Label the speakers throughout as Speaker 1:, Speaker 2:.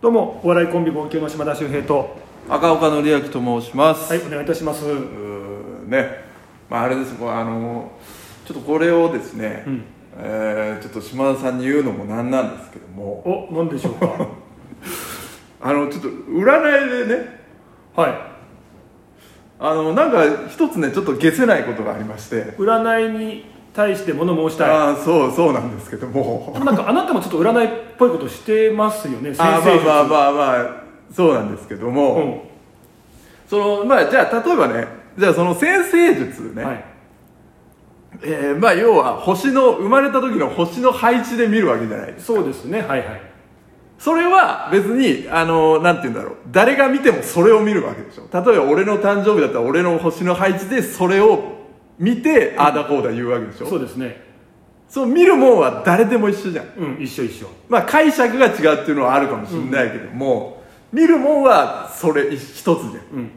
Speaker 1: どうもお笑いコンビ号泣の島田秀平と
Speaker 2: 赤岡のりあきと申します、
Speaker 1: はいお願いいたします
Speaker 2: うーんねまああれですこうあのちょっとこれをですね、
Speaker 1: うん
Speaker 2: えーちょっと島田さんに言うのもなんなんですけど
Speaker 1: お
Speaker 2: も
Speaker 1: 何でしょうか
Speaker 2: あのちょっと占いでね
Speaker 1: は
Speaker 2: あのなんか一つねちょっと消せないことがありまして
Speaker 1: い占いに対して物申したい
Speaker 2: ああそうそうなんですけど
Speaker 1: で
Speaker 2: も
Speaker 1: もなんかあなたもちょっと占いっぽいことしてますよね先
Speaker 2: あ
Speaker 1: 生
Speaker 2: ーまあまあまあまあそうなんですけども、
Speaker 1: うん
Speaker 2: そのまあじゃあ例えばねじゃあその先生術ね、
Speaker 1: はい
Speaker 2: えーまあ要は星の生まれた時の星の配置で見るわけじゃないですか
Speaker 1: そうですねはいはい
Speaker 2: それは別に、あの、なんて言うんだろう。誰が見てもそれを見るわけでしょ。例えば俺の誕生日だったら俺の星の配置でそれを見て、ああだこうだ言うわけでしょ。
Speaker 1: そうですね
Speaker 2: そう見るもんは誰でも一緒じゃん。
Speaker 1: うん一緒一緒
Speaker 2: まあ解釈が違うっていうのはあるかもしれないけども、見るもんはそれ一つじゃん。
Speaker 1: うん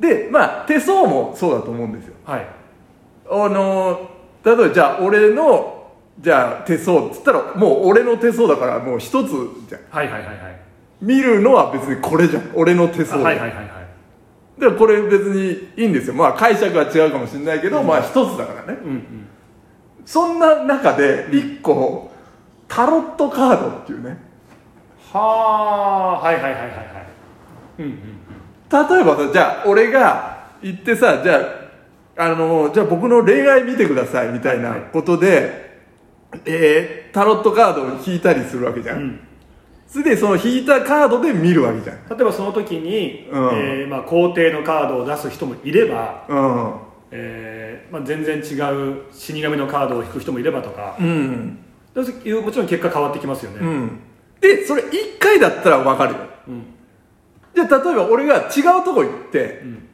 Speaker 2: で、まあ手相もそうだと思うんですよ。
Speaker 1: はい
Speaker 2: あの例えばじゃあ俺の、じゃあ手相って言ったらもう俺の手相だからもう一つじゃん。
Speaker 1: はいはいはいはい
Speaker 2: 見るのは別にこれじゃん。俺の手
Speaker 1: あ
Speaker 2: 相
Speaker 1: はいはいはいはい
Speaker 2: でもこれ別にいいんですよまあ解釈は違うかもしれないけど、まあ一つだからね
Speaker 1: うんうん
Speaker 2: そんな中で一個タロットカードっていうね
Speaker 1: はあはいはいはいはいはいうんうん
Speaker 2: 例えばさじゃあ俺が行ってさじゃああのじゃあ僕の恋愛見てくださいみたいなことで、えータロットカードを引いたりするわけじゃん、
Speaker 1: うん
Speaker 2: それでその引いたカードで見るわけじゃん
Speaker 1: 例えばその時に、
Speaker 2: うん
Speaker 1: えーまあ、皇帝のカードを出す人もいれば、
Speaker 2: うん
Speaker 1: えーまあ、全然違う死神のカードを引く人もいればとか、
Speaker 2: うん
Speaker 1: そういうもちろん結果変わってきますよね、
Speaker 2: うんでそれ1回だったら分かるよ、
Speaker 1: うん
Speaker 2: じゃあ例えば俺が違うとこ行って、
Speaker 1: ん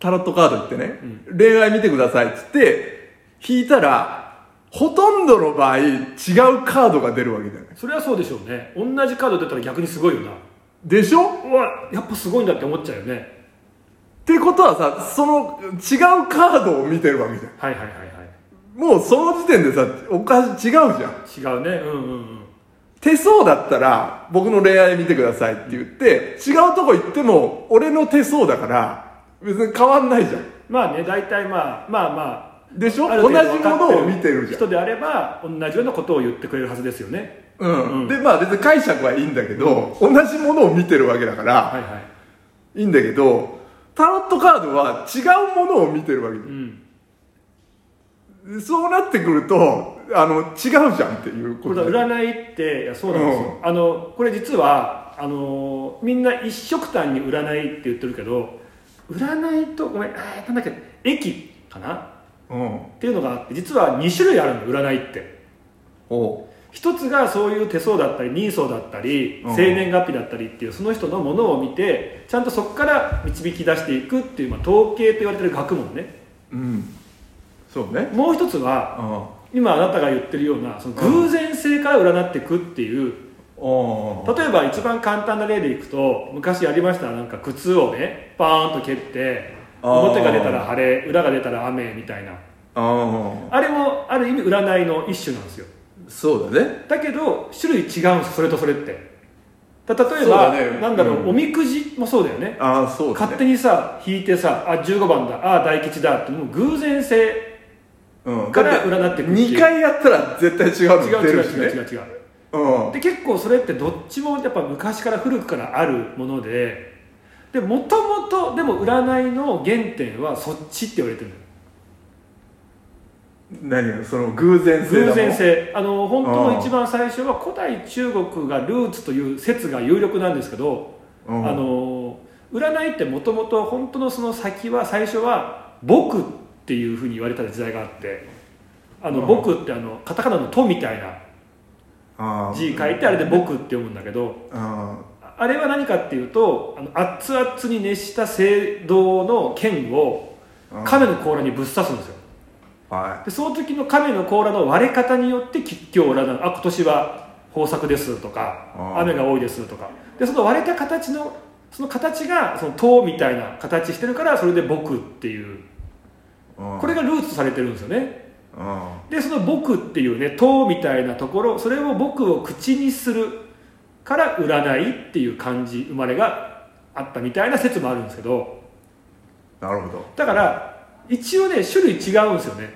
Speaker 2: タロットカード行ってね、恋愛見てくださいっつって引いたらほとんどの場合違うカードが出るわけじゃない
Speaker 1: それはそうでしょうね同じカード出たら逆にすごいよな
Speaker 2: でしょっ
Speaker 1: うわやっぱすごいんだって思っちゃうよね
Speaker 2: てことはさその違うカードを見てるわけじゃん
Speaker 1: はいはいはいはい
Speaker 2: もうその時点でさおかし違うじゃん
Speaker 1: 違うねうんうんうん
Speaker 2: 手相だったら僕の恋愛見てくださいって言って違うとこ行っても俺の手相だから別に変わんないじゃん
Speaker 1: まあね大体まあまあまあ
Speaker 2: でしょ
Speaker 1: ある
Speaker 2: 同じ
Speaker 1: 程度
Speaker 2: も
Speaker 1: 分かって
Speaker 2: のを見てるじゃん
Speaker 1: 人であれば同じようなことを言ってくれるはずですよね
Speaker 2: うん
Speaker 1: うん
Speaker 2: でまあ別に解釈はいいんだけど、同じものを見てるわけだから、
Speaker 1: はいはい
Speaker 2: い、いんだけどタロットカードは違うものを見てるわけ
Speaker 1: う
Speaker 2: で
Speaker 1: ん
Speaker 2: そうなってくるとあの違うじゃんっていう
Speaker 1: こ
Speaker 2: こ
Speaker 1: れ
Speaker 2: と
Speaker 1: だ
Speaker 2: だ
Speaker 1: 占いっていやそうなんですよ、
Speaker 2: う
Speaker 1: あのこれ実はあのみんな一色単に占いって言ってるけど占いとごめんあーなんだっけ駅かなっ
Speaker 2: うん
Speaker 1: ていうのがあって実は2種類あるの占いって
Speaker 2: おう
Speaker 1: 一つがそういう手相だったり人相だったり
Speaker 2: うん
Speaker 1: 生年月日だったりっていうその人のものを見てちゃんとそこから導き出していくっていう、まあ、統計と言われてる学問ね
Speaker 2: うんそうね
Speaker 1: もう一つは
Speaker 2: うん
Speaker 1: 今あなたが言ってるようなその偶然性から占っていくっていう
Speaker 2: おう
Speaker 1: 例えば一番簡単な例でいくと昔やりましたなんか靴をねバーンと蹴って
Speaker 2: あー
Speaker 1: 表が出たら晴れ裏が出たら雨みたいな
Speaker 2: あ
Speaker 1: あれもある意味占いの一種なんですよ
Speaker 2: そうだね
Speaker 1: だけど種類違うんですよそれとそれってだ例え
Speaker 2: そう
Speaker 1: ば、
Speaker 2: だね
Speaker 1: なんだろう、
Speaker 2: うん
Speaker 1: おみくじもそうだよね
Speaker 2: ああそうだね
Speaker 1: 勝手にさ引いてさあ15番だああ大吉だってもう偶然性
Speaker 2: うん
Speaker 1: から占ってくるっていう
Speaker 2: 2回やったら絶対違
Speaker 1: 違う
Speaker 2: うの出
Speaker 1: 違う
Speaker 2: るしね
Speaker 1: 違う違う違う
Speaker 2: うん
Speaker 1: で結構それってどっちもやっぱ昔から古くからあるものででもともとでも占いの原点はそっちって言われてるのよ
Speaker 2: 何がその偶然性だもん
Speaker 1: 偶然性あの本当
Speaker 2: あ
Speaker 1: の
Speaker 2: あ
Speaker 1: 一番最初は古代中国がルーツという説が有力なんですけど、
Speaker 2: うん
Speaker 1: あの占いってもともと本当のその先は最初は「僕」っていうふうに言われた時代があって「あの
Speaker 2: うん
Speaker 1: 僕」ってあのカタカナの「と」みたいな
Speaker 2: ああ
Speaker 1: 字書いてあれで「僕」って読むんだけど
Speaker 2: あ
Speaker 1: あれは何かっていうとあの熱々に熱した青銅の剣を
Speaker 2: あ
Speaker 1: 亀の甲羅にぶっ刺すんですよ
Speaker 2: あは
Speaker 1: でその時の亀の甲羅の割れ方によって吉凶を占うあ今年は豊作ですとか
Speaker 2: あー
Speaker 1: 雨が多いですとかでその割れた形のその形がその塔みたいな形してるからそれで僕っていう
Speaker 2: いうん
Speaker 1: これがルーツとされてるんですよね
Speaker 2: うん
Speaker 1: でその「僕」っていうね「塔」みたいなところそれを「僕」を口にするから占いっていう感じ生まれがあったみたいな説もあるんですけど
Speaker 2: なるほど
Speaker 1: だから一応ね種類違うんですよね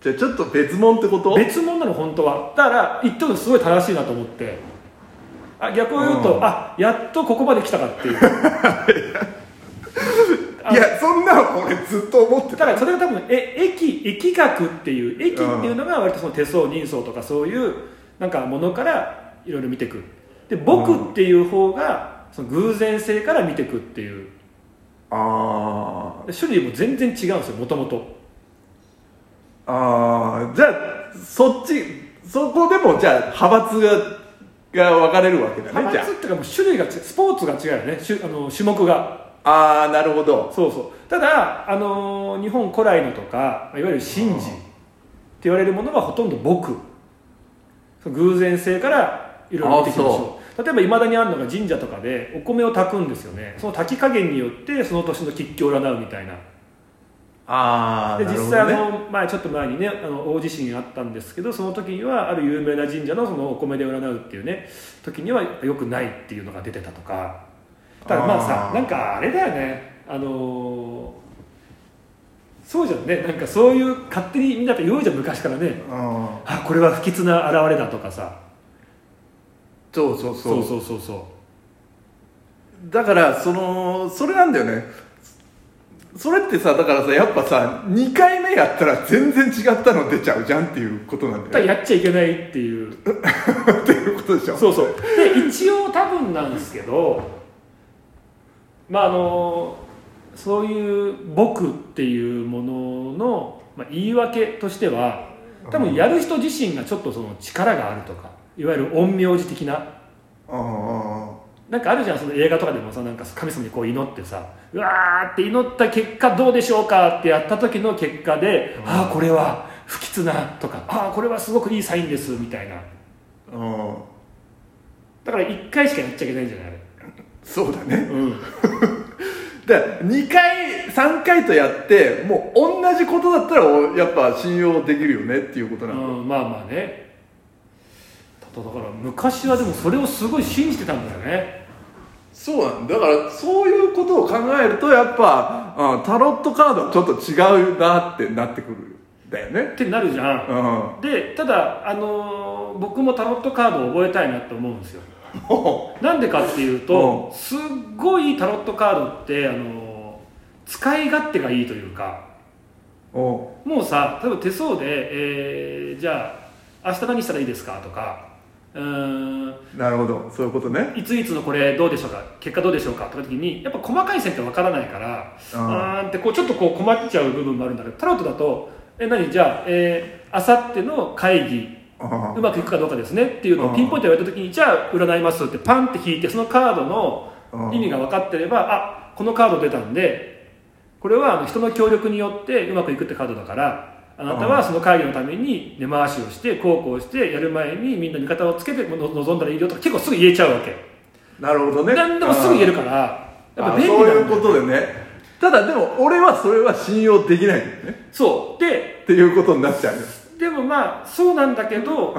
Speaker 2: じゃあちょっと別物ってこと
Speaker 1: 別物なの本当はだから言ったのすごい正しいなと思ってあ逆を言うと、
Speaker 2: うん
Speaker 1: あやっとここまで来たかっていうあ
Speaker 2: いやそんなの俺ずっと思っ
Speaker 1: だ
Speaker 2: てた
Speaker 1: からそれが多分え疫疫学っていう疫っていうのが割とその手相人相とかそういうなんかものからいろいろ見ていくで僕っていう方がその偶然性から見ていくっていう
Speaker 2: あ
Speaker 1: で種類も全然違うんですよもともと
Speaker 2: ああーじゃあそっちそこでもじゃあ派閥がが分かれるわけだね
Speaker 1: 派
Speaker 2: じゃ
Speaker 1: 閥っていうかもう種類が違うスポーツが違うよね種あの種目が
Speaker 2: ああーなるほど
Speaker 1: そうそうただ、あのー日本古来のとかいわゆる神事って言われるものがほとんど僕その偶然性からいろいろ見てきまし
Speaker 2: あ
Speaker 1: ょう例えばいまだにあるのが神社とかでお米を炊くんですよねその炊き加減によってその年の吉居を占うみたいな
Speaker 2: ああ
Speaker 1: で
Speaker 2: なる
Speaker 1: 実
Speaker 2: ほ
Speaker 1: 際
Speaker 2: ど
Speaker 1: あ
Speaker 2: ね
Speaker 1: の前ちょっと前にねあの大地震あったんですけどその時にはある有名な神社のそのお米で占うっていうね時にはよくないっていうのが出てたとかだからまあさ
Speaker 2: あー
Speaker 1: なんかあれだよねあのーそうじゃんねなんかそういう勝手にみんなって言うじゃん昔からね
Speaker 2: うん
Speaker 1: あこれは不吉な現れだとかさ
Speaker 2: そうそう
Speaker 1: そ
Speaker 2: そうう
Speaker 1: そうそうそ
Speaker 2: だからそのそれなんだよねそれってさだからさやっぱさ2回目やったら全然違ったの出ちゃうじゃんっていうことなん
Speaker 1: う
Speaker 2: だ
Speaker 1: だか
Speaker 2: よね
Speaker 1: らやっちゃいけないっていう
Speaker 2: っていうことでしょ
Speaker 1: そうそうで一応多分なんですけどまああのそういう「僕」っていうものの、まあ、言い訳としては多分やる人自身がちょっとその力があるとかいわゆる陰陽師的な
Speaker 2: ああ
Speaker 1: なんかあるじゃんその映画とかでもさなんか神様にこう祈ってさうわーって祈った結果どうでしょうかってやった時の結果で、
Speaker 2: うん
Speaker 1: ああこれは不吉なとかああこれはすごくいいサインですみたいな
Speaker 2: うん
Speaker 1: だから1回しかやっちゃいけないんじゃないあれ
Speaker 2: そうだね
Speaker 1: うん
Speaker 2: だから2回3回とやってもう同じことだったらおやっぱ信用できるよねっていうことなの、
Speaker 1: うん、まあまあねただだから昔はでもそれをすごい信じてたんだよね
Speaker 2: そうなんだだからそういうことを考えるとやっぱ、うん、タロットカードはちょっと違うなってなってくるんだよね
Speaker 1: ってなるじゃん
Speaker 2: うん
Speaker 1: でただ、あのー僕もタロットカードを覚えたいなと思うんですよなんでかっていうと、すっごいタロットカードって、あのー使い勝手がいいというか
Speaker 2: お
Speaker 1: もうさ例えば手相で、えーじゃあ明日何したらいいですかとかうーん
Speaker 2: なるほどそういうことね
Speaker 1: いついつのこれどうでしょうか結果どうでしょうかとか時にやっぱ細かい線ってわからないから
Speaker 2: あ
Speaker 1: あーんってこうちょっとこう困っちゃう部分もあるんだけどタロットだと「え何じゃああさっての会議
Speaker 2: あ
Speaker 1: うまくいくかどうかですね」っていうの
Speaker 2: う
Speaker 1: を
Speaker 2: ん
Speaker 1: ピンポイントで言われた時に「じゃあ占います」ってパンって引いてそのカードの意味が分かってれば「あこのカード出たんでこれはあの人の協力によってうまくいくってカードだから」あなたはその会議のために根回しをしてこうこうしてやる前にみんな味方をつけての望んだらいいよとか結構すぐ言えちゃうわけ
Speaker 2: なるほどね
Speaker 1: 何でもすぐ言え
Speaker 2: る
Speaker 1: るからやっぱ
Speaker 2: あ
Speaker 1: 便利
Speaker 2: そ
Speaker 1: な
Speaker 2: う
Speaker 1: いん
Speaker 2: う
Speaker 1: だよ
Speaker 2: ことでねただでも俺はそれは信用できないよね
Speaker 1: そうで
Speaker 2: っていうことになっちゃうよ
Speaker 1: でもまあそうなんだけど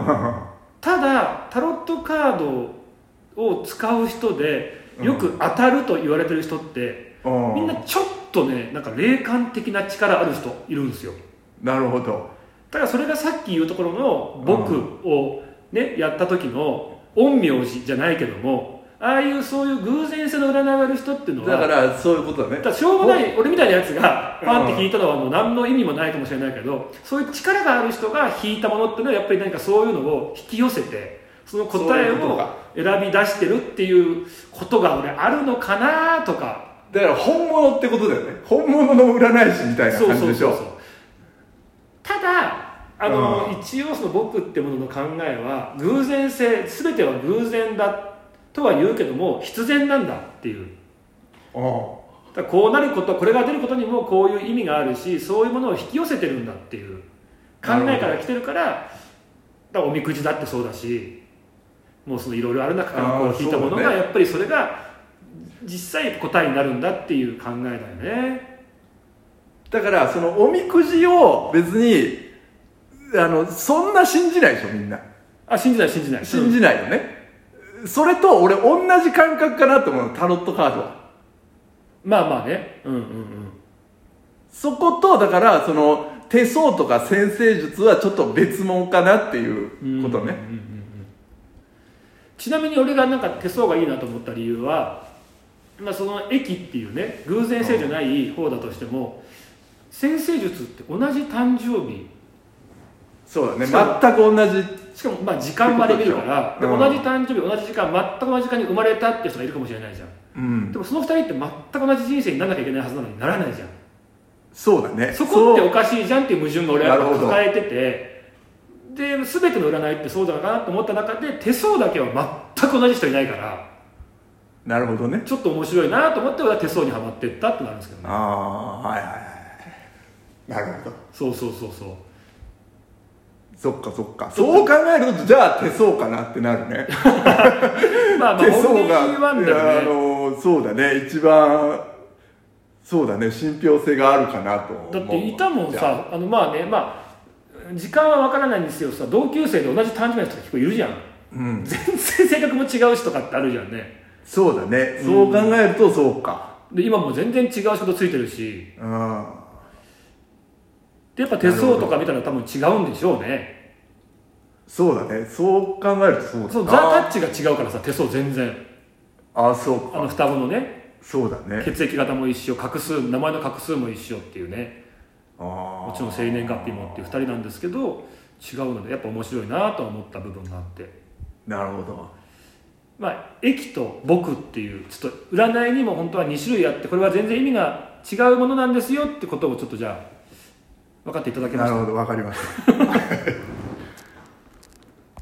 Speaker 1: ただタロットカードを使う人でよく当たると言われてる人って、
Speaker 2: う
Speaker 1: みんなちょっとねなんか霊感的な力ある人いるんですよ
Speaker 2: なるほど
Speaker 1: だからそれがさっき言うところの僕をね、やった時の陰陽師じゃないけどもああいうそういう偶然性の占いをやる人っていうのは
Speaker 2: だからそういうことだね
Speaker 1: だからしょうもない俺みたいなやつがパンって引いたのはもう何の意味もないかもしれないけどそういう力がある人が引いたものっていうのはやっぱり何かそういうのを引き寄せてその答え
Speaker 2: そういうこと
Speaker 1: を
Speaker 2: か
Speaker 1: 選び出してるっていうことが俺あるのかなとか
Speaker 2: だから本物ってことだよね本物の占い師みたいな
Speaker 1: そう
Speaker 2: 感じ
Speaker 1: そう
Speaker 2: でし
Speaker 1: そう
Speaker 2: ょ
Speaker 1: そうただあの、一応その僕ってものの考えは偶然性全ては偶然だとは言うけども必然なんだっていう
Speaker 2: お
Speaker 1: だからこうなることこれが出ることにもこういう意味があるしそういうものを引き寄せてるんだっていう考えから来てるからだからおみくじだってそうだしもうそのいろいろある中からこ
Speaker 2: あ
Speaker 1: う
Speaker 2: ー
Speaker 1: 引いたもの
Speaker 2: そう
Speaker 1: が
Speaker 2: ね
Speaker 1: やっぱりそれが実際答えになるんだっていう考えだよね
Speaker 2: うだからそのおみくじを別にあのそんな信じないでしょみんな
Speaker 1: あ信じない信じない
Speaker 2: 信
Speaker 1: うん
Speaker 2: じないよね、それと俺同じ感覚かなと思うのタロットカードは
Speaker 1: まあまあねうんうんうん
Speaker 2: そことだからその手相とか先生術はちょっと別物かなっていうことね、
Speaker 1: うんうんうんうんちなみに俺がなんか手相がいいなと思った理由は、まあ、その駅っていうね偶然性じゃない方だとしても、先生術って同じ誕生日
Speaker 2: そうだね
Speaker 1: そう
Speaker 2: 全く同じ
Speaker 1: しかもまあ時間まで見るから
Speaker 2: そういう
Speaker 1: で
Speaker 2: こと
Speaker 1: 同
Speaker 2: で
Speaker 1: じ誕生日同じ時間全く同じ時間に生まれたっていう人がいるかもしれないじゃん
Speaker 2: うん
Speaker 1: でもその2人って全く同じ人生にならなきゃいけないはずなのにならないじゃん
Speaker 2: そうだね
Speaker 1: そこって
Speaker 2: そう
Speaker 1: おかしいじゃんっていう矛盾が俺はやっ
Speaker 2: なる
Speaker 1: ぱ
Speaker 2: ほど
Speaker 1: 抱えててで全ての占いってそうだなと思った中で手相だけは全く同じ人いないから
Speaker 2: なるほどね
Speaker 1: ちょっと面白いなと思って俺は手相にはまってったってなるんですけどね
Speaker 2: ああはいはいはいなるほど
Speaker 1: そうそうそうそう
Speaker 2: そっかそっかそう考えるとじゃあ手相かなってなるね
Speaker 1: まあまあ
Speaker 2: 手
Speaker 1: 本
Speaker 2: 相
Speaker 1: 人
Speaker 2: が
Speaker 1: はん
Speaker 2: いやあ
Speaker 1: だよね
Speaker 2: のそうだね一番そうだね信憑性があるかなと思う
Speaker 1: だっていたもん
Speaker 2: じゃあ
Speaker 1: さあのまあねまあ時間は分からないんですよさ同級生で同じ誕生日の人が結構いるじゃん
Speaker 2: うん
Speaker 1: 全然性格も違うしとかってあるじゃんね
Speaker 2: そうだねそう考えるとそうか
Speaker 1: で今も全然違う仕事ついてるし
Speaker 2: うん
Speaker 1: でやっぱ手相とか見たら多分違うんでしょうね
Speaker 2: そうだねそう考えるとそうだな
Speaker 1: そうザ・タッチが違うからさ手相全然
Speaker 2: あそう
Speaker 1: あ
Speaker 2: か
Speaker 1: の双子のね
Speaker 2: そうだね
Speaker 1: 血液型も一緒画数名前の画数も一緒っていうね
Speaker 2: ああ
Speaker 1: もちろん生年月日もっていう2人なんですけど違うのでやっぱ面白いなとは思った部分があって
Speaker 2: なるほど
Speaker 1: まあ「駅」と「僕」っていうちょっと占いにも本当は2種類あってこれは全然意味が違うものなんですよってことをちょっとじゃあ分かっていただけま
Speaker 2: な
Speaker 1: し
Speaker 2: る
Speaker 1: た
Speaker 2: ほどわかりました